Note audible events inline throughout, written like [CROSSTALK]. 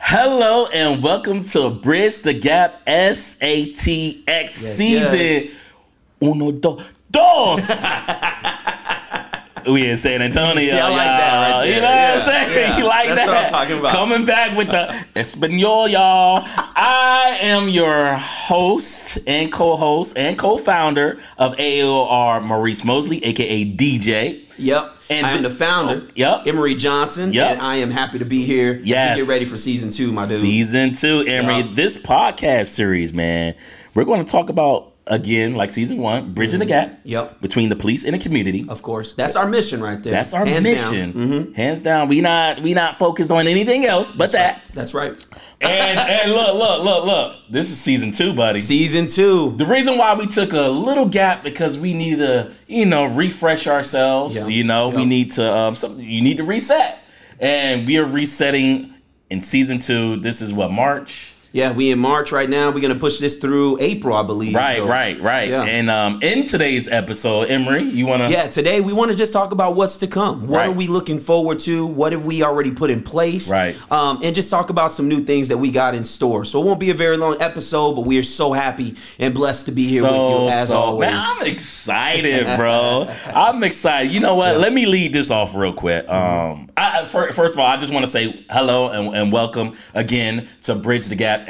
Hello and welcome to Bridge the Gap SATX season. yes. Uno, dos, [LAUGHS] dos. we in San Antonio. See, I like y'all. that right You there. know Yeah, what I'm saying? [LAUGHS] yeah. You like That's that? what I'm talking about. Coming back with [LAUGHS] the Espanol, y'all. I am your host and co-host and co-founder of AOR, Maurice Mosley, aka DJ. Yep. And I am the- oh, the founder. Yep. Emery Johnson. Yep. And I am happy to be here. Yes. To get ready for season two, my dude. Season two, Emery. Yeah. This podcast series, man, we're going to talk about again, like season one, bridging the gap Yep. between the police and the community. Mm-hmm. Of course. That's our mission right there. That's our Hands down. Mm-hmm. mission, hands down. We not we not focused on anything else but that. That's right. [LAUGHS] and and look, look, look, look. This is season two, buddy. Season two. the reason why we took a little gap because we need to, you know, refresh ourselves. Yeah. You know, we Yeah. need to um, some, you need to reset, and we are resetting in season two. This is what March. Yeah, we in March right now. We're gonna push this through April, I believe. Right, So- right, right. yeah. And um, in today's episode, Emery, you want to? Yeah, today we want to just talk about what's to come. What Right. are we looking forward to? What have we already put in place? Right. Um, and just talk about some new things that we got in store. So it won't be a very long episode, but we are so happy and blessed to be here with you as always. Man, I'm excited, bro. I'm excited. You know what? Let me lead this off real quick. Mm-hmm. Um, I, I- fir- first of all, I just want to say hello and, and welcome again to Bridge the Gap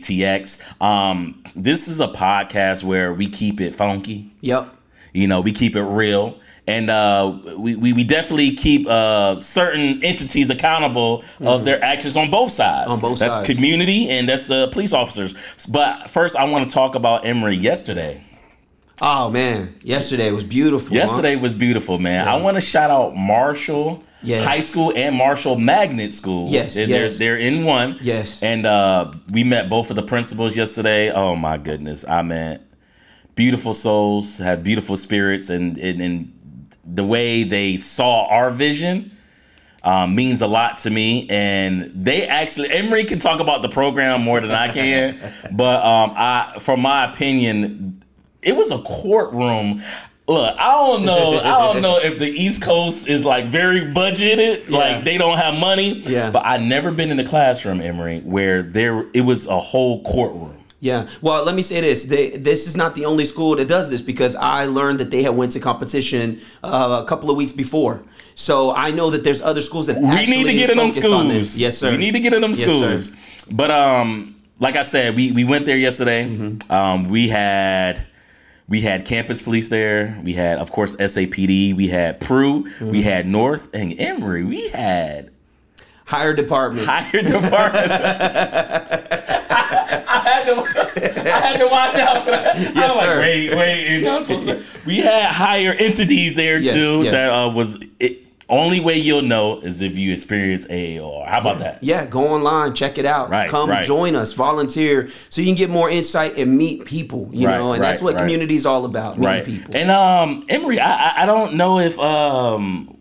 SATX. Um, this is a podcast where we keep it funky. Yep. You know, we keep it real. And uh, we, we, we definitely keep uh, certain entities accountable of their actions on both sides. Mm-hmm. On both that's sides. community and that's the police officers. But first, I want to talk about Emory yesterday. Oh man, yesterday was beautiful. huh? Yesterday was beautiful, man. I want to shout out Marshall Yes. High School and Marshall Magnet School. Yes, they're, they're- yes. They're, in one. Yes. and uh, we met both of the principals yesterday. Oh my goodness, I met beautiful souls, have beautiful spirits, and and, and the way they saw our vision. Um, means a lot to me, and they actually Emery can talk about the program more than I can, but um, I, from my opinion, it was a courtroom. Look, I don't know. I don't know if the East Coast is like very budgeted, like they don't have money. Yeah. But I never been in the classroom, Emory, where there it was a whole courtroom. Yeah. Well, let me say this. They, this is not the only school that does this because I learned that they had went to competition uh, a couple of weeks before. So I know that there's other schools that we need to get in them schools. Yes, sir. We need to get in them Yes, sir. schools. But um, like I said, we we went there yesterday. Mm-hmm. Um, we had we had campus police there. We had, of course, SAPD. We had Prue. Mm-hmm. We had North and Emory. We had higher departments. higher department. I, [LAUGHS] I had to, I had to watch out. For that. I was sir. like, wait, wait, you're not supposed to. We had higher entities there Yes, too. yes. That uh, was it. Only way you'll know is if you experience AAR. How about that? Yeah, go online, check it out. Right, Come right. join us, volunteer, so you can get more insight and meet people. You Right, know, and that's right, what right. community is all about. Meeting right. people. And um, Emory, I, I I don't know if um.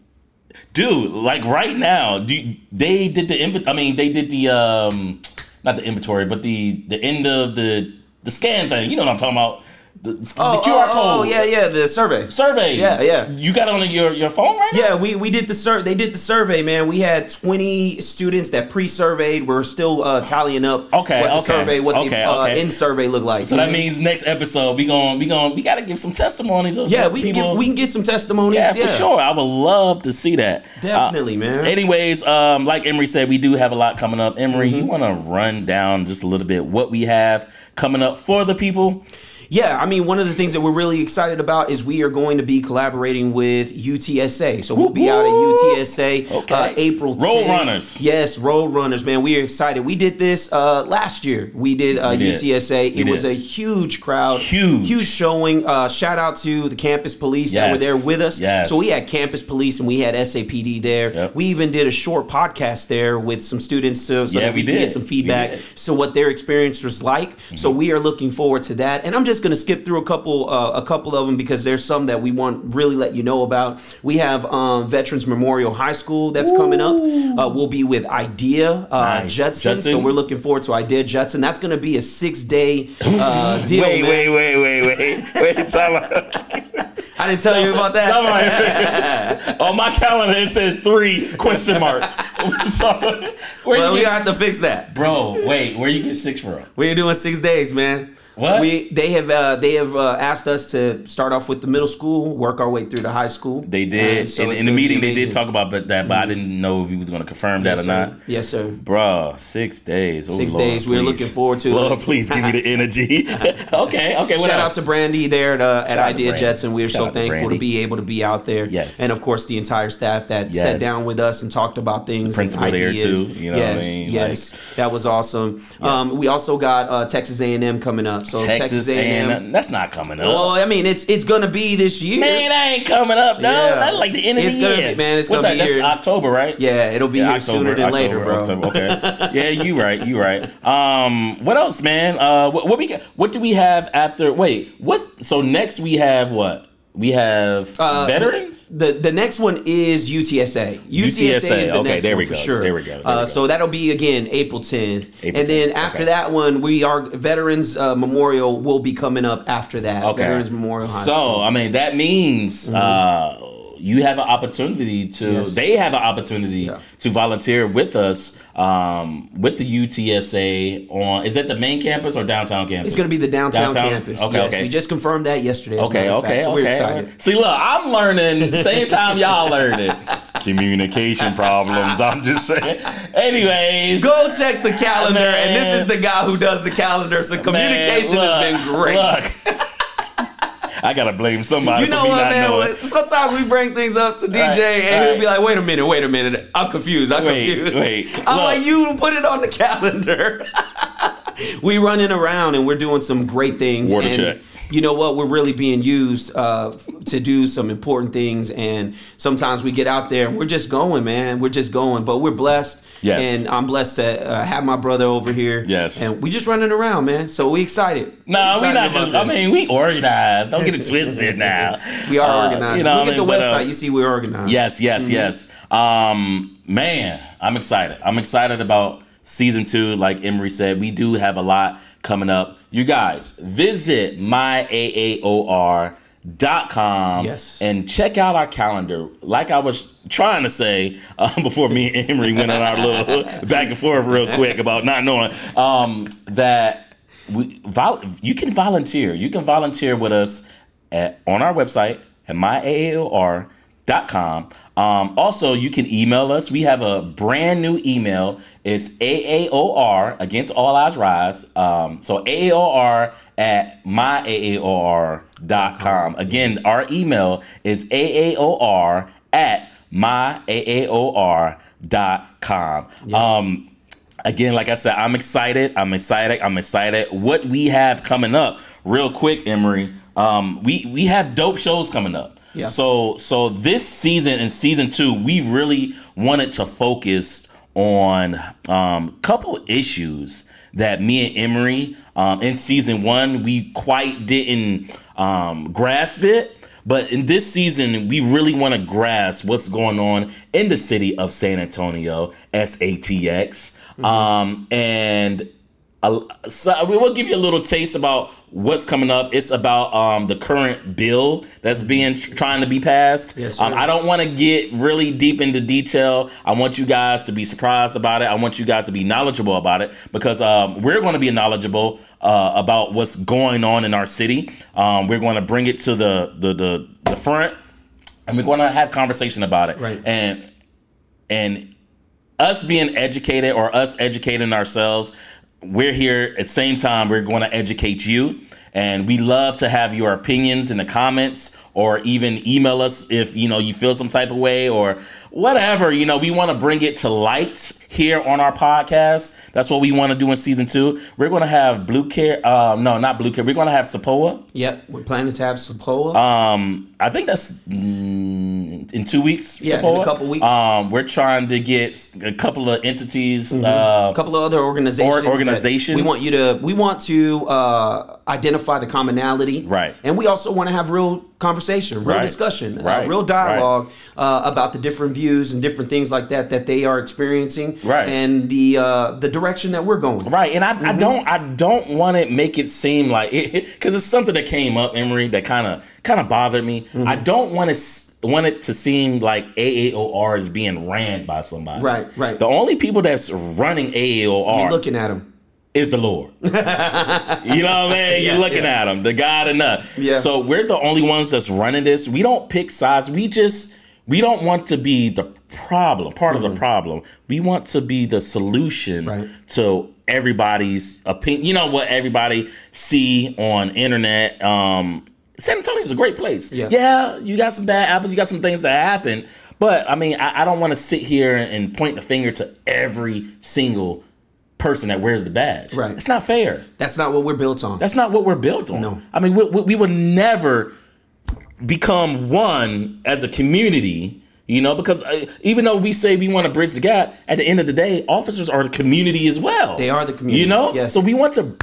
Dude, like right now, do they did the inv- I mean, they did the um, not the inventory, but the the end of the the scan thing. You know what I'm talking about? The, the oh, QR oh, code. oh, yeah, yeah, the survey. survey. Yeah, yeah. You got it on your, your phone right now? Yeah, we, we did the sur- They did the survey, man. We had twenty students that pre-surveyed. We're still uh, tallying up. Okay, what the okay, survey, what okay, the uh, okay. in survey looked like. So that means next episode we gon' we gon' we gotta give some testimonies of yeah, what we can people. give, we can get some testimonies. yeah, for sure. I would love to see that. Uh, Definitely, man. anyways, um, like Emery said, we do have a lot coming up. Emery, Mm-hmm. you want to run down just a little bit what we have coming up for the people? Yeah, I mean, one of the things that we're really excited about is we are going to be collaborating with UTSA. So we'll be out at UTSA uh, Okay. April 10th. Road Runners. Yes, Road Runners, man. We are excited. We did this uh, last year. We did, uh, We did. UTSA. We it was did. a huge crowd. Huge. Huge showing. Uh, shout out to the campus police that were Yes. there with us. Yes. So we had campus police and we had SAPD there. Yep. We even did a short podcast there with some students so, so Yeah, that we, we could did. get some We feedback did. so what their experience was like. So Mm-hmm. we are looking forward to that. And I'm just going to skip through a couple uh, a couple of them because there's some that we want really let you know about. We have um, Veterans Memorial High School that's coming up. Uh, we'll be with Idea uh, Nice. Judson. So Judson. we're looking forward to Idea Judson. That's going to be a six day uh, deal. [LAUGHS] wait, man. [LAUGHS] wait, wait, wait, wait, wait, time out. I didn't tell you about All [LAUGHS] that. right. On my calendar it says three question [LAUGHS] mark. so, where but you we get gonna have to fix that. Bro, wait, where you get six from? We're doing six days, man. What? We they have uh, they have uh, asked us to start off with the middle school, work our way through to high school. They did. And Uh, so in it's in the gonna be meeting, they did amazing. Mm-hmm. talk about but that, but I didn't know if he was going to confirm that yes, or not. Sir. Yes, sir. Bruh, six days. Oh, Six Lord, days. We're please. looking forward to it. Lord, please give me [LAUGHS] the energy. [LAUGHS] okay, okay. What Shout out else? to Brandy there at, uh, at out to Idea Brandy. Jets, and we're Shout out so to thankful to, Brandy. be able to be out there. Yes. and of course the entire staff that Yes. sat down with us and talked about things. principal and there, ideas. too, you know what I yes, mean? yes, that was awesome. Um, we also got uh, Texas A and M coming up. So Texas, Texas A&M. and that's not coming up. Well, I mean, it's it's gonna be this year. man, that ain't coming up. No, Yeah. that's like the end of It's the gonna year. be- man, it's What's gonna that? That's be here. October, right? Yeah, it'll be Yeah, here sooner than later, bro. October, [LAUGHS] okay. yeah, you right. You right. Um, what else, man? Uh, what, what we got- what do we have after? Wait, what's so next? We have what? We have Uh, veterans. The the next one is UTSA. UTSA, is the UTSA, okay, next there one we for go, sure. there we go, there uh, we go. So that'll be again April 10th. April and then 10th, after okay. that one, we are Veterans uh, Memorial will be coming up after that. Okay. Veterans Memorial High School. Mm-hmm. So I mean, that means uh, you have an opportunity to. Yes. They have an opportunity Yeah. to volunteer with us um, with the UTSA on. Is that the main campus or downtown campus? It's going to be the downtown, Downtown? campus. Okay, yes, okay. we just confirmed that yesterday. as a Okay, matter of fact, okay, so okay. We're excited. See, look, I'm learning same time y'all [LAUGHS] learning. Communication problems. I'm just saying. [LAUGHS] Anyways, Go check the calendar, and Man. this is the guy who does the calendar. So man, communication look, has been great. [LAUGHS] Look, I gotta blame somebody. You know for me what, not man? knowing. Well, Sometimes we bring things up to DJ, Right, and right. he'll be like, "Wait a minute, wait a minute. I'm confused. I'm Wait, confused." wait, I'm look. like, "You put it on the calendar." [LAUGHS] we running around and we're doing some great things. Water and check. You know what? We're really being used uh, f- to do some important things, and sometimes we get out there and we're just going, man. We're just going, but we're blessed. Yes. And I'm blessed to uh, have my brother over here. Yes. And we just running around, man. So we excited. No, nah, we Excited not about just. I this. mean, we organized. Don't get it twisted now. [LAUGHS] We are Uh, organized. you know what Look I at the mean? But, uh, website. you see, we're organized. Yes, yes, yes. Um, man, I'm excited. I'm excited about season two. Like Emery said, we do have a lot coming up. You guys, visit myaaor.com Yes. and check out our calendar. Like I was trying to say [LAUGHS] uh, before me and Emery went on our little [LAUGHS] back and forth real quick about not knowing um, that we vol- you can volunteer. You can volunteer with us at, on our website at myaaor.com. Um, also, you can email us. We have a brand new email. It's AAOR against all eyes rise. Um, so AAOR at myaaor.com. Again, our email is AAOR at myaaor.com. Um, again, like I said, I'm excited. I'm excited. I'm excited. What we have coming up, real quick, Emery. Um, we we have dope shows coming up. Yeah. So so this season and season two, we really wanted to focus on um couple issues that me and Emery um, in season one we quite didn't um, grasp it. But in this season, we really want to grasp what's going on in the city of San Antonio, SATX. Um, and a, so we will give you a little taste about what's coming up. It's about um, the current bill that's being trying to be passed. Yes, um, sir. I don't want to get really deep into detail. I want you guys to be surprised about it. I want you guys to be knowledgeable about it because um, we're going to be knowledgeable uh, about what's going on in our city. Um, we're going to bring it to the the the, the front, and we're going to have conversation about it. Right. And and us being educated or us educating ourselves we're here at the same time we're going to educate you and we love to have your opinions in the comments or even email us if you know you feel some type of way or whatever you know we want to bring it to light here on our podcast that's what we want to do in season two we're going to have blue care um, no not blue care we're going to have sapoa Yep, we're planning to have Sapoa. um, I think that's mm, in two weeks. Yeah, in a Sapoa. couple weeks. Um, we're trying to get s- a couple of entities. Mm-hmm. Uh, a couple of other organizations. or- that organizations. We want you to. We want to uh, identify the commonality. Right. And we also want to have real conversation, real Right. discussion, uh, Right. real dialogue uh, about the different views and different things like that that they are experiencing, Right. and the uh, the direction that we're going. Right, and I, I Mm-hmm. don't I don't want to make it seem like it because it's something that came up, Emery, that kind of kind of bothered me. I Mm-hmm. don't want to want it to seem like AAOR is being ran by somebody. Right, right. The only people that's running AAOR You're looking at them. is the [LAUGHS] Lord. you know what I mean? Yeah, You're looking yeah. at him, the God enough. Yeah. So we're the only ones that's running this. We don't pick sides. We just we don't want to be the problem, part of the problem. We want to be the solution Mm-hmm. Right. to everybody's opinion. You know what everybody see on internet. Um, San Antonio's a great place. Yeah. you got some bad apples. You got some things that happen. But I mean, I, I don't want to sit here and point the finger to every single person that wears the badge. Right. It's not fair. That's not what we're built on. That's not what we're built on. No. I mean, we, we, we will never become one as a community, you know, because uh, even though we say we want to bridge the gap, at the end of the day, officers are the community as well. They are the community, You know? yes. So we want to.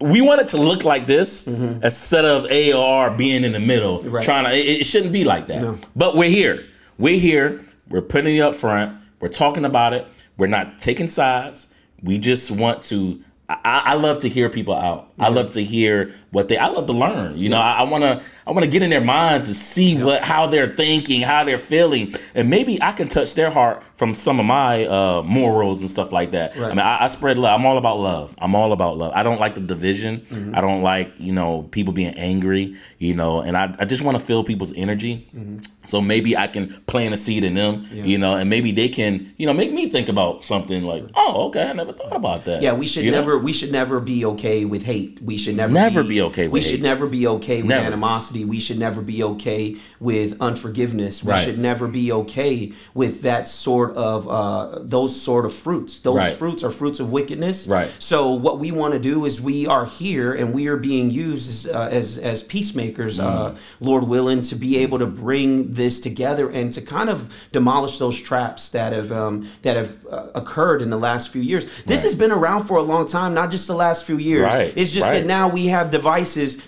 We want it to look like this instead of AOR being in the middle, Mm-hmm. Right. trying to. It, it shouldn't be like that. No. But we're here. We're here. We're putting it up front. We're talking about it. We're not taking sides. We just want to. I, I- I love to hear people out. I love to hear what they. I love to learn. You know, I, I wanna. I wanna get in their minds to see what how they're thinking, how they're feeling, and maybe I can touch their heart from some of my uh, morals and stuff like that. I Right. mean, I, I spread love. I'm all about love. I'm all about love. I don't like the division. Mm-hmm. I don't like you know people being angry. You know, and I, I just want to feel people's energy. Mm-hmm. So maybe I can plant a seed in them. You know, and maybe they can you know make me think about something like, oh, okay, I never thought about that. Yeah, we should You know? never we should never be okay with hate. We should never Never be okay with We should hate. never be okay with Never. animosity. We should never be okay with unforgiveness. We Right. should never be okay with that sort of uh, those sort of fruits. Those Right. fruits are fruits of wickedness. Right. So what we want to do is we are here and we are being used as uh, as, as peacemakers, uh, Lord willing, to be able to bring this together and to kind of demolish those traps that have um, that have uh, occurred in the last few years. This has been around for a long time, not just the last few years. Right, It's just right. that now we have devices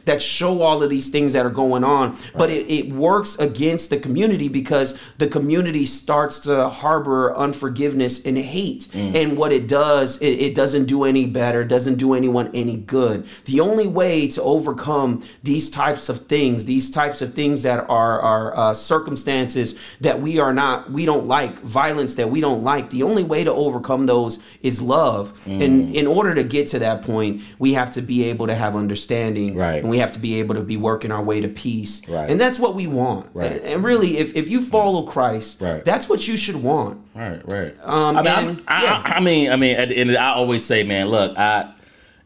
that show all of these things that are going on, but it, it works against the community because the community starts to harbor unforgiveness and hate. Mm. And what it does, it, it doesn't do any better, doesn't do anyone any good. The only way to overcome these types of things, these types of things that are, are uh, circumstances that we are not, we don't like, violence that we don't like, the only way to overcome those is love. Mm. And in order to get to that point, we have to be able to have understanding Right. and we have to be able to be working our way to peace. Right. And that's what we want. Right. And, and really, if, if you follow Christ, Right. that's what you should want. Right, right. Um, I mean, and- I'm- I, yeah. I, I mean, I mean, at the end, of the, I always say, man, look, I.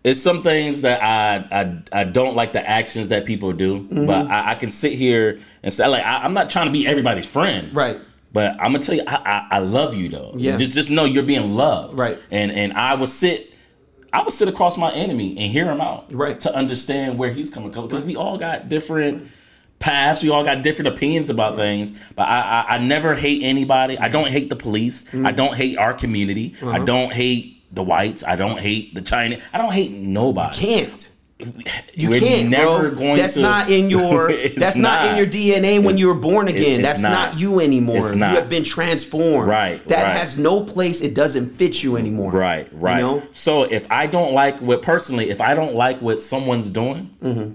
It's some things that I I, I don't like the actions that people do, Mm-hmm. but I, I can sit here and say like I, I'm not trying to be everybody's friend, Right. But I'm gonna tell you, I, I, I love you though. Yeah. Just just know you're being loved, Right. And and I will sit, I would sit across my enemy and hear him out, Right. To understand where he's coming from, because we all got different paths. We all got different opinions about things. But I, I, I never hate anybody. I don't hate the police. Mm-hmm. I don't hate our community. Uh-huh. I don't hate the whites. I don't hate the Chinese. I don't hate nobody. Can't. You We're can't, never bro. going that's to- not [LAUGHS] in your. It's that's not. in your DNA when you were born again. it's that's not. not, you anymore. It's not. You have been transformed. Right, That right. has no place. It doesn't fit you anymore. Right, right. You know? So if I don't like what personally, if I don't like what someone's doing, Mm-hmm.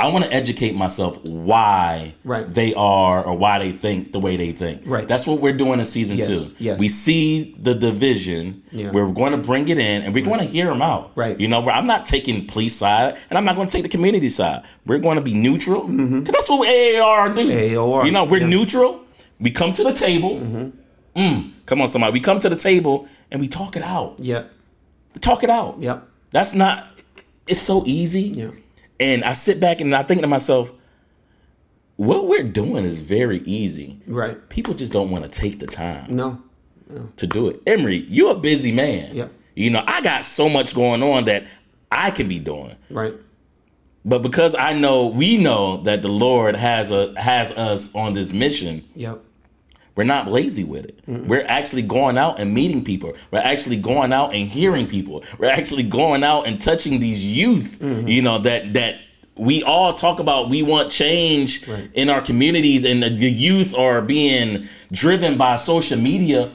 I want to educate myself why Right. they are or why they think the way they think. Right. That's what we're doing in season Yes, two. yes. We see the division. Yeah. We're going to bring it in and we're going to hear them out. Right. You know, where I'm not taking police side and I'm not going to take the community side. We're going to be neutral. Mm-hmm. Cause that's what AAR do. AAR, You know, we're yeah. neutral. We come to the table. Mm, come on, somebody. We come to the table and we talk it out Yep. talk it out. Yep. That's not. It's so easy. Yeah. And I sit back and I think to myself, what we're doing is very easy. Right. People just don't want to take the time No. to do it. Emery, you're a busy man. Yep. You know, I got so much going on that I can be doing. Right. But because I know we know that the Lord has a has us on this mission, Yep. we're not lazy with it. We're actually going out and meeting people. We're actually going out and hearing people. We're actually going out and touching these youth, you know, that that we all talk about we want change Right. in our communities, and the, the youth are being driven by social media.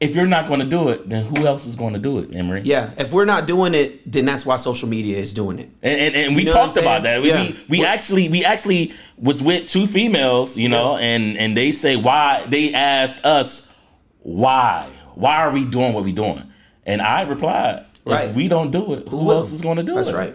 If you're not going to do it, then who else is going to do it, Emery? Yeah, if we're not doing it, then that's why social media is doing it. And, and, and we know what talked I'm about that. saying? We, we, Yeah. we actually we actually was with two females, you know, and and they say why they asked us why why are we doing what we doing, and I replied, Right. if we don't do it, who, will? else is going to do That's it? right.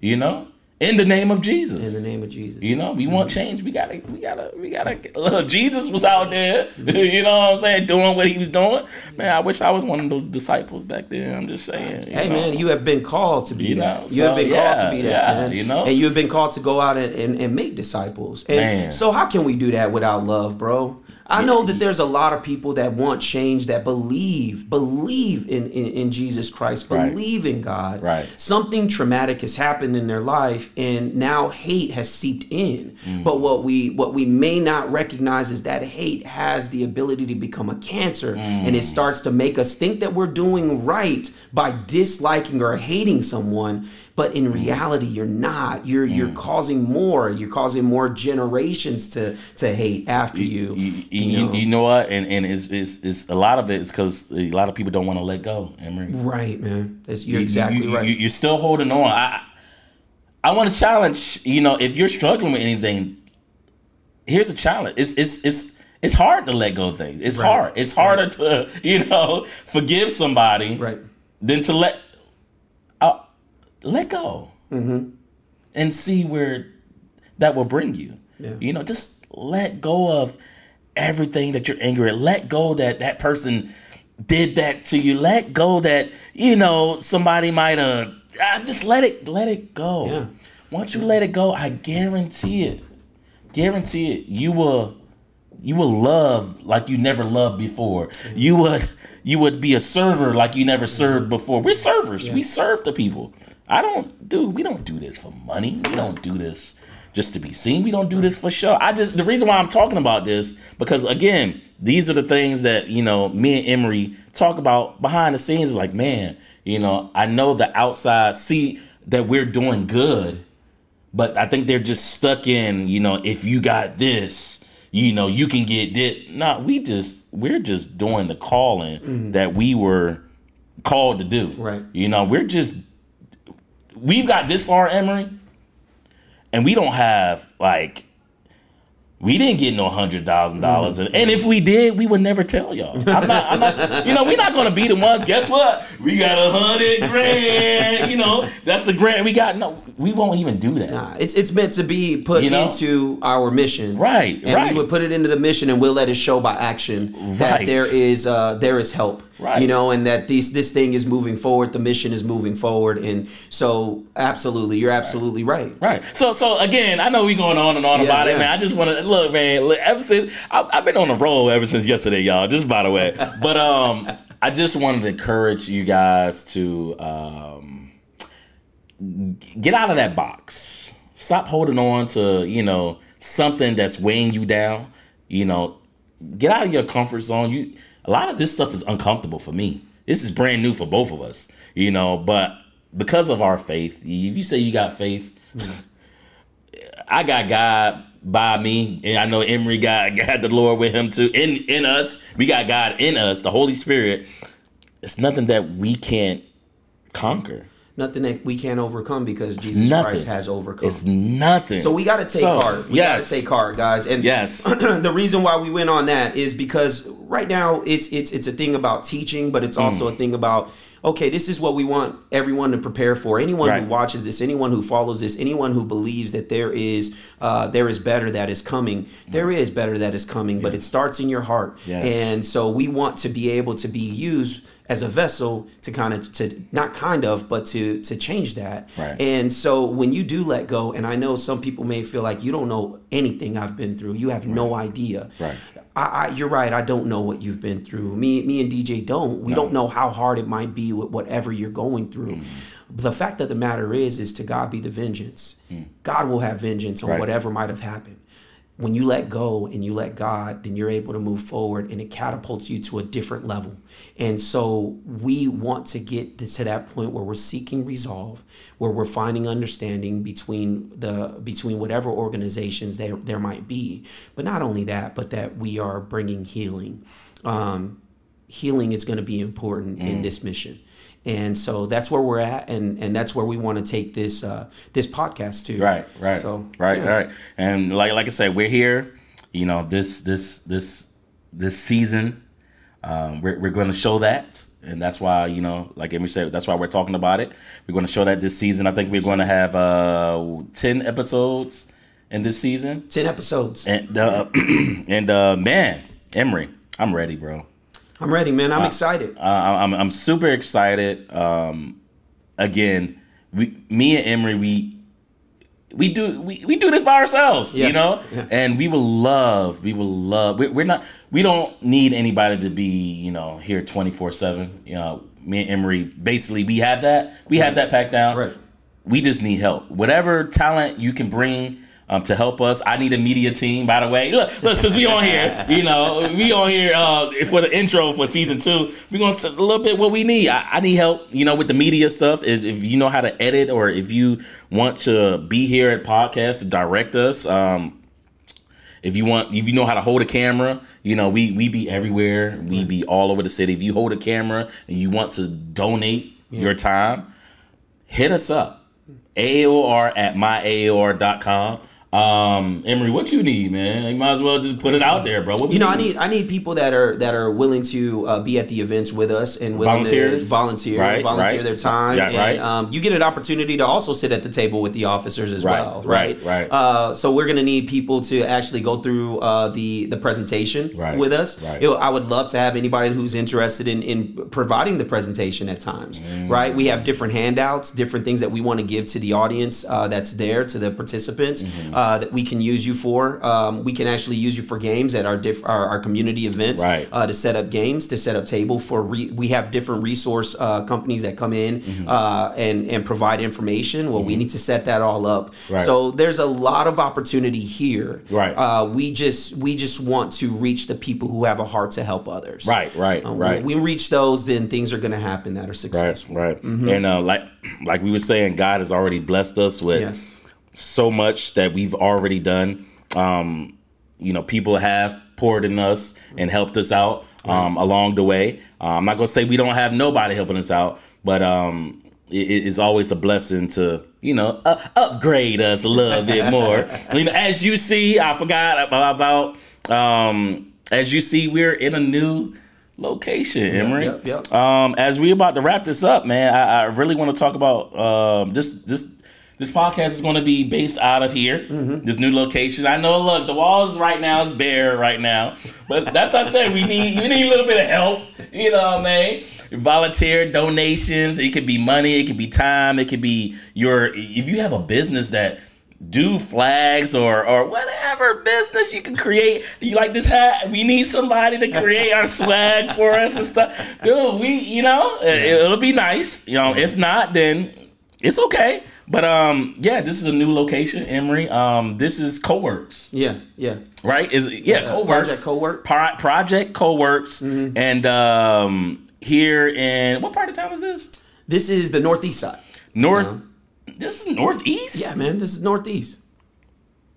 You know, in the name of Jesus. In the name Mhm. of Jesus. You know, we want change. We gotta, we gotta, we gotta. [LAUGHS] Look, Jesus was out there. Mhm. [LAUGHS] You know what I'm saying, doing what he was doing. Man, I wish I was one of those disciples back then. I'm just saying. you Hey know. man, you have been called to be You that. know, you have so, been yeah, called to be that, yeah, man. you know? and you have been called to go out and, and, and make disciples. And Man. so, how can we do that without love, bro? I know that there's a lot of people that want change, that believe, believe in in, in Jesus Christ, Right. believe in God. Right. Something traumatic has happened in their life, and now hate has seeped in. Mm. But what we what we may not recognize is that hate has the ability to become a cancer, and Mm. it starts to make us think that we're doing right by disliking or hating someone. But Mm. in reality, you're not. You're you're causing more. You're causing more generations to to hate after you. you, you, you, you know what? And and it's, it's, it's a lot of it is because a lot of people don't want to let go. Emery, Right, man. That's, you're exactly you, you, right. You, you're still holding on. I I want to challenge. You know, if you're struggling with anything, here's a challenge. It's it's it's it's hard to let go of things. It's Right. hard. It's harder to [LAUGHS] you know forgive somebody right. than to let uh, let go Mm-hmm. and see where that will bring you. Yeah. You know, just let go of everything that you're angry at. Let go that that person did that to you. Let go that you know somebody might have. Uh, just let it let it go. Yeah. Once you let it go, I guarantee it. Guarantee it. You will you will love like you never loved before. You would you would be a server like you never served before. We're servers. We serve the people. I don't do we don't do this for money. We don't do this just to be seen. We don't do this for show. I just the reason why I'm talking about this because again, these are the things that, you know, me and Emery talk about behind the scenes like, man, you know, I know the outside see that we're doing good but I think they're just stuck in, you know, if you got this, you know, you can get this. Nah, we just we're just doing the calling that we were called to do. Right. You know, we're just we've got this far, Emory, and we don't have like we didn't get no hundred thousand dollars, and and if we did, we would never tell y'all. I'm not, I'm not, you know, we're not gonna be the ones. Guess what? We got a hundred grand. You know, that's the grant we got. No, we won't even do that. Nah, it's it's meant to be put You know? into our mission, Right, And right. we would put it into the mission, and we'll let it show by action that Right. there is uh, there is help, Right. You know, and that these this thing is moving forward. The mission is moving forward, and so absolutely, you're absolutely right. Right. So so again, I know we going on and on Yeah, about it, yeah. man. I just want to look, man. Look, ever since I, I've been on a roll ever since yesterday, y'all. Just by the way, [LAUGHS] but um, I just wanted to encourage you guys to um, g- get out of that box. Stop holding on to you know something that's weighing you down. You know, get out of your comfort zone. You a lot of this stuff is uncomfortable for me. This is brand new for both of us, you know, but because of our faith, if you say you got faith, I got God by me, and I know Emery got [LAUGHS] got the Lord with him too. In in us, we got God in us, the Holy Spirit. It's nothing that we can't conquer. Nothing that we can't overcome because Jesus nothing. Christ has overcome. It's nothing. So we got to take So, heart. We yes. got to take heart, guys. And Yes. [CLEARS THROAT] the reason why we went on that is because right now it's it's it's a thing about teaching, but it's Mm. also a thing about okay, this is what we want everyone to prepare for. Anyone Right. who watches this, anyone who follows this, anyone who believes that there is uh, there is better that is coming. There is better that is coming, but it starts in your heart. Mm. Yes. And so we want to be able to be used as a vessel to kind of to not kind of but to to change that Right. and so when you do let go, and I know some people may feel like you don't know anything I've been through. You have no idea. Right. I, I, you're right. I don't know what you've been through. Me, me and DJ don't. We don't know how hard it might be with whatever you're going through. Mm-hmm. The fact of the matter is, is to God be the vengeance. God will have vengeance on Mm. Right. whatever might have happened. when you let go and you let God, then you're able to move forward and it catapults you to a different level. And so we want to get to that point where we're seeking resolve, where we're finding understanding between the between whatever organizations there there might be. But not only that, but that we are bringing healing. Um, healing is going to be important in Mm. this mission. And so that's where we're at, and, and that's where we want to take this uh, this podcast to. Right, right, So right, yeah. right. And like like I said, we're here. You know this this this this season, um, we're we're going to show that, and that's why you know like Amy said, that's why we're talking about it. We're going to show that this season. I think we're going to have uh, ten episodes in this season, Ten episodes. and uh, [CLEARS THROAT] and uh, man, Emery, I'm ready, bro. I'm ready, man. I'm excited. Uh, I'm I'm super excited. Um, again, we, me and Emery, we we do we, we do this by ourselves, Yeah. you know. Yeah. And we will love, we will love. We, we're not, we don't need anybody to be, you know, here twenty four seven. You know, me and Emery, basically, we have that. We have that packed down. Right. We just need help. Whatever talent you can bring. Um, to help us, I need a media team. By the way, look, look, since we on here, you know, we on here uh, for the intro for season two. We're gonna s- a little bit what we need. I, I need help, you know, with the media stuff. If, if you know how to edit, or if you want to be here at podcast to direct us, um, if you want, if you know how to hold a camera, you know we we be everywhere. We be all over the city. If you hold a camera and you want to donate your time, hit us up. AOR at myaor.com. Um, Emery, what you need, man? You might as well just put it out there, bro. What You know, I need I need people that are that are willing to uh, be at the events with us and willing Volunteers. to volunteer, Right, volunteer right. their time. Yeah, and right. um, you get an opportunity to also sit at the table with the officers as Right, well, right, right? right. Uh, so we're gonna need people to actually go through uh, the the presentation Right, with us. right. It- I would love to have anybody who's interested in in providing the presentation at times, Mm. right? We have different handouts, different things that we want to give to the audience uh, that's there to the participants Mm-hmm. uh, that we can use you for. Um, we can actually use you for games at our diff- our, our community events Right. uh, to set up games, to set up table for. Re- we have different resource uh, companies that come in Mm-hmm. uh, and and provide information. Well, we need to set that all up. Right. So there's a lot of opportunity here. Right. Uh, we just we just want to reach the people who have a heart to help others. right, right, Um, right. We, we reach those, then things are going to happen that are Right, successful. right. Mm-hmm. And uh, like like we were saying, God has already blessed us with Yes. so much that we've already done. Um, you know, people have poured in us and helped us out um, along the way. Uh, I'm not gonna say we don't have nobody helping us out, but um, it, it is always a blessing to you know uh, upgrade us a little bit [LAUGHS] more. you know, as you see, I forgot about. about um, as you see, we're in a new location, Emory. yep, yep. Um, as we about to wrap this up, man, I, I really want to talk about um, this. This this podcast is going to be based out of here, this new location. I know, look, the walls right now is bare right now, but that's what I said. We need we need a little bit of help. You know what I mean? Volunteer donations. It could be money. It could be time. It could be your if you have a business that do flags or or whatever business you can create. You like this hat? We need somebody to create our swag for us and stuff. Dude, we you know it, it'll be nice. You know, if not, then it's okay. But um, yeah, this is a new location, Emory. Um, this is CoWorks, Yeah, yeah. right? Is yeah, Uh, CoWorks. Project Co-work. Pro- Project CoWorks, and um, here in what part of town is this? This is the northeast side. North. This is northeast. Yeah, man. This is northeast.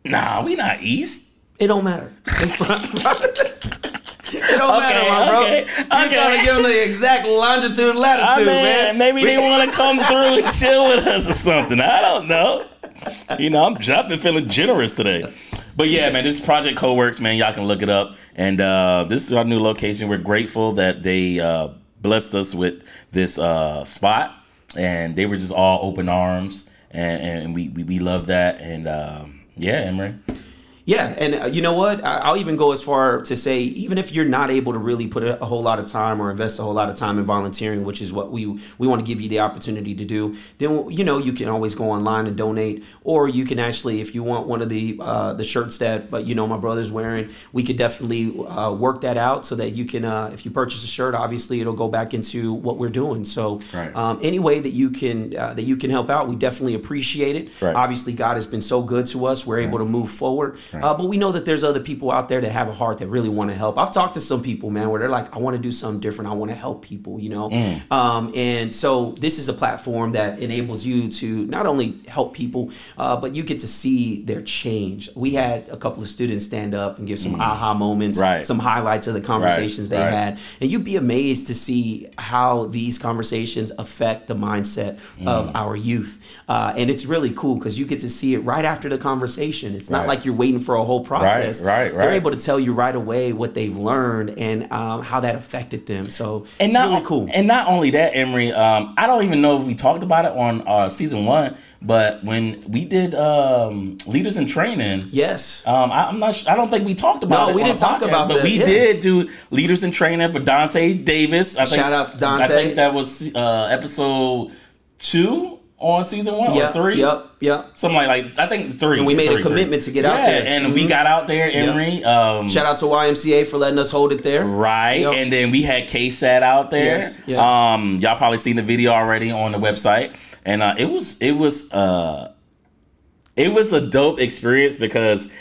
Nah, we not east. It don't matter. [LAUGHS] it don't matter, Okay, my bro. okay, You're okay. trying to give them the exact longitude, latitude, [LAUGHS] I mean, man. maybe they [LAUGHS] want to come through and chill with us or something. I don't know. You know, I'm jumping, feeling generous today. But yeah, man, this is Project Co-Works, man. Y'all can look it up. And uh, this is our new location. We're grateful that they uh, blessed us with this uh, spot, and they were just all open arms, and, and we, we we love that. And um, yeah, Emery, Yeah, and uh, you know what? I- I'll even go as far to say, even if you're not able to really put a, a whole lot of time or invest a whole lot of time in volunteering, which is what we we want to give you the opportunity to do, then you know you can always go online and donate, or you can actually, if you want one of the uh, the shirts that but you know my brother's wearing, we could definitely uh, work that out so that you can, uh, if you purchase a shirt, obviously it'll go back into what we're doing. So Right. um, any way that you can uh, that you can help out, we definitely appreciate it Right. obviously god has been so good to us we're able to move forward Ukraine. Uh, but we know that there's other people out there that have a heart that really want to help. I've talked to some people, man, where they're like, I want to do something different. I want to help people, you know? Mm. Um, and so this is a platform that enables you to not only help people, uh, but you get to see their change. We had a couple of students stand up and give some aha moments, Mm. Right. some highlights of the conversations they right. had. And you'd be amazed to see how these conversations affect the mindset Mm. of our youth. Uh, and it's really cool because you get to see it right after the conversation. It's not Right. like you're waiting for a whole process. right, They're right. able to tell you right away what they've learned and um, how that affected them. So and it's not really cool. And not only that, Emery, um, I don't even know if we talked about it on uh, season one, but when we did um, leaders in training, yes. um, I, I'm not. Sh- I don't think we talked about. No, it we on didn't the talk podcast, about but that, we yeah. did do leaders in training for Dante Davis. I think, Shout out I Dante. think that was uh, episode two on season one yeah. or Oh, three. Yep. Yep. Something like, like I think three. we made three, a three. commitment to get out Yeah, there. Mm-hmm. and we got out there, Emery. Um, Shout out to YMCA for letting us hold it there. Right, Yep. and then we had KSAT out there. Yes, yeah. Um, y'all probably seen the video already on the website, and uh, it was it was uh, it was a dope experience because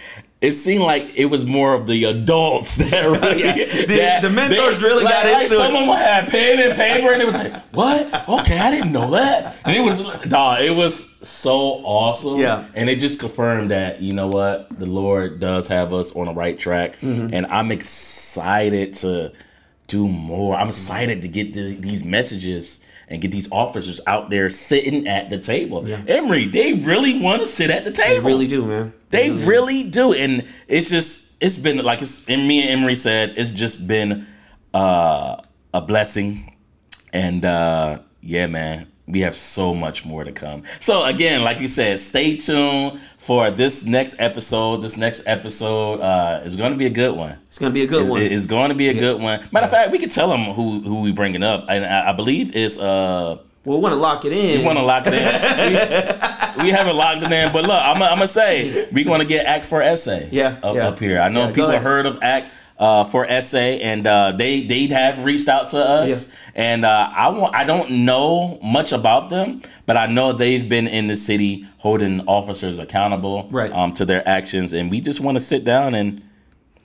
it seemed like it was more of the adults [LAUGHS] that really, [LAUGHS] Yeah. The- the mentors really like- got like into it. Someone would have pen and paper, and it was like, "What? Okay, I didn't know that." And it was, dog, it was so awesome. Yeah. And it just confirmed that, you know what, the Lord does have us on the right track. Mm-hmm. And I'm excited to do more. I'm excited to get the, these messages and get these officers out there sitting at the table. Emory, they really want to sit at the table. Really do, man. They really do, and it's just it's been like it's and me and Emery said it's just been uh, a blessing, and uh, yeah, man, we have so much more to come. So again, like you said, stay tuned for this next episode. This next episode uh, is going to be a good one. It's gonna be a good It's, one. it's going to be a good one. Matter of fact, we can tell them who who we bringing up, and I, I believe it's uh. Well, we want to lock it in. We want to lock it in. [LAUGHS] We, we haven't locked it in, but look, I'm gonna say we're gonna get Act for Essay. Yeah, up, yeah. up here. I know Yeah, go people ahead. heard of Act uh, for Essay, and uh, they they have reached out to us, and uh, I want I don't know much about them, but I know they've been in the city holding officers accountable Right. um, to their actions, and we just want to sit down and.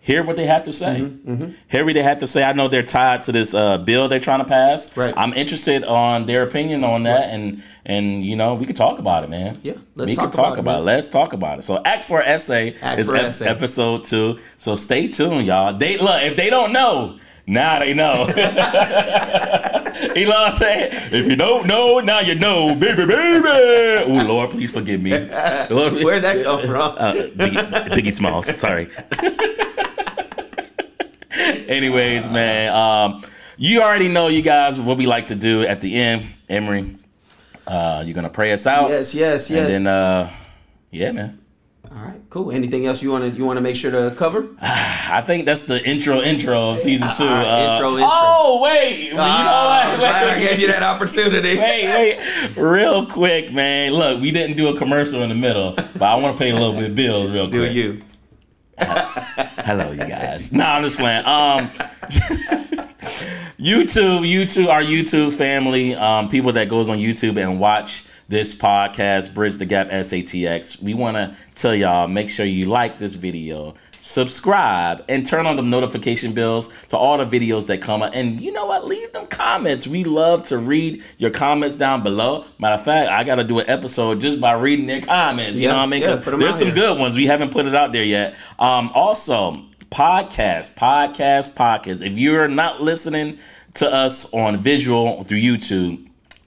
Hear what they have to say. Mm-hmm, Hear what they have to say. I know they're tied to this uh, bill they're trying to pass. Right. I'm interested on their opinion on that, and and you know we could talk about it, man. Yeah, let's we talk could talk about it, about it. man. Let's talk about it. So Act for Essay Act is for ep- Essay. episode two. So stay tuned, y'all. They look if they don't know. Now they [LAUGHS] know. [LAUGHS] you know what I'm saying? If you don't know, now you know, baby, baby. Oh Lord, please forgive [LAUGHS] me. Lord, Where'd that [LAUGHS] come from? uh, Biggie, Biggie Smalls. Sorry. Anyways, man, um, you already know, you guys, what we like to do at the end. Emery, uh, you're gonna pray us out, yes, yes, and yes. then, uh, yeah, man. All right, cool. Anything else you want to you want to make sure to cover? I think that's the intro, intro of season two. All right, Uh, intro, intro. Oh wait, you Ah, know what? I'm glad I gave you that opportunity. wait, wait, real quick, man. Look, we didn't do a commercial in the middle, but I want to pay a little bit of bills real Do quick. you? Hello, you [LAUGHS] guys. no, I'm just playing. Um, [LAUGHS] YouTube, YouTube, our YouTube family, um, people that goes on YouTube and watch this podcast, Bridge the Gap SATX. We want to tell y'all, make sure you like this video, subscribe, and turn on the notification bells to all the videos that come up. And you know what? Leave them comments. We love to read your comments down below. Matter of fact, I got to do an episode just by reading their comments. You Yeah, know what I mean? yeah, 'Cause put 'em there's out some here. good good ones. We haven't put it out there yet. Um, also, podcast, podcast, podcast. If you're not listening to us on visual through YouTube,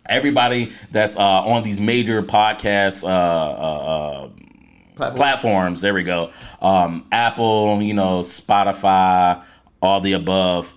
everybody that's uh, on these major podcasts, uh, uh, uh, Platform. platforms. There we go. Um, Apple, you know, Spotify, all the above.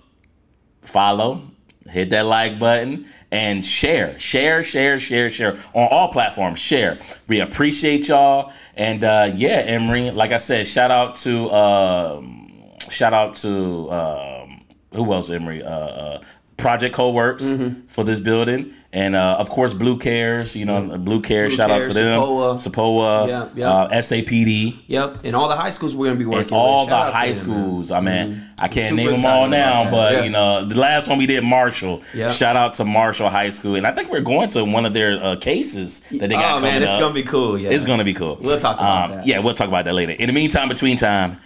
Follow, hit that like button, and share, share, share, share, share on all platforms. Share. We appreciate y'all, and uh, yeah, Emery. Like I said, shout out to, um, shout out to um, who else, Emery. Uh, uh, Project Co-Works Mm-hmm. for this building, and uh, of course Blue Cares. You know, Blue Cares. Mm-hmm. Blue shout out Cares, to them. SAPOA. SAPOA, Yeah, yeah. Uh, SAPD, Yep, and all the high schools we're gonna be working. with. all Shout out the to high them, man. Mm-hmm. schools. I mean, I can't super name them excited all about now, that. but Yeah. you know, the last one we did Marshall. Yeah. Shout out to Marshall High School, and I think we're going to one of their uh, cases that they got Oh coming man, it's up. gonna be cool. Yeah, It's gonna be cool. Um, We'll talk about that. Yeah, we'll talk about that later. In the meantime, between time,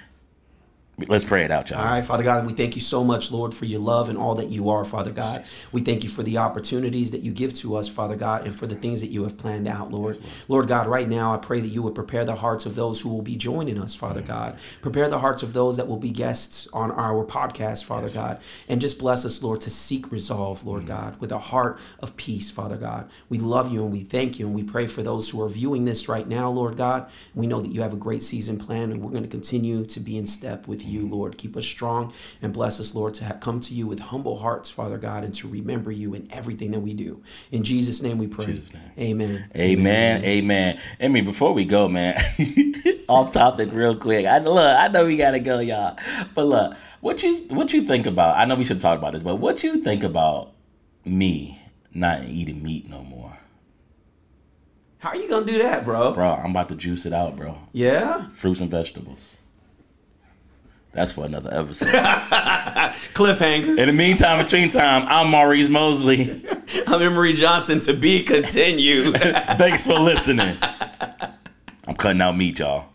let's pray it out, y'all. All right, Father God, we thank you so much, Lord, for your love and all that you are, Father God. We thank you for the opportunities that you give to us, Father God, and for the things that you have planned out, Lord. Lord God, right now, I pray that you would prepare the hearts of those who will be joining us, Father God. Prepare the hearts of those that will be guests on our podcast, Father God. And just bless us, Lord, to seek resolve, Lord God, with a heart of peace, Father God. We love you and we thank you, and we pray for those who are viewing this right now, Lord God. We know that you have a great season planned, and we're going to continue to be in step with you, Lord. Keep us strong and bless us, Lord, to ha- come to you with humble hearts, Father God, and to remember you in everything that we do. In Jesus' name we pray. Amen. Amen, amen. I mean, before we go, man, [LAUGHS] off topic real quick. I look, I know we gotta go, y'all. But look, what you what you think about? I know we should talk about this, but what you think about me not eating meat no more, How are you going to do that, bro? bro? I'm about to juice it out, bro. Yeah? Fruits and vegetables. That's for another episode. Cliffhanger. In the meantime, between time, I'm Maurice Mosley. I'm Emery Johnson to be [LAUGHS] continued. Thanks for listening. I'm cutting out meat, y'all.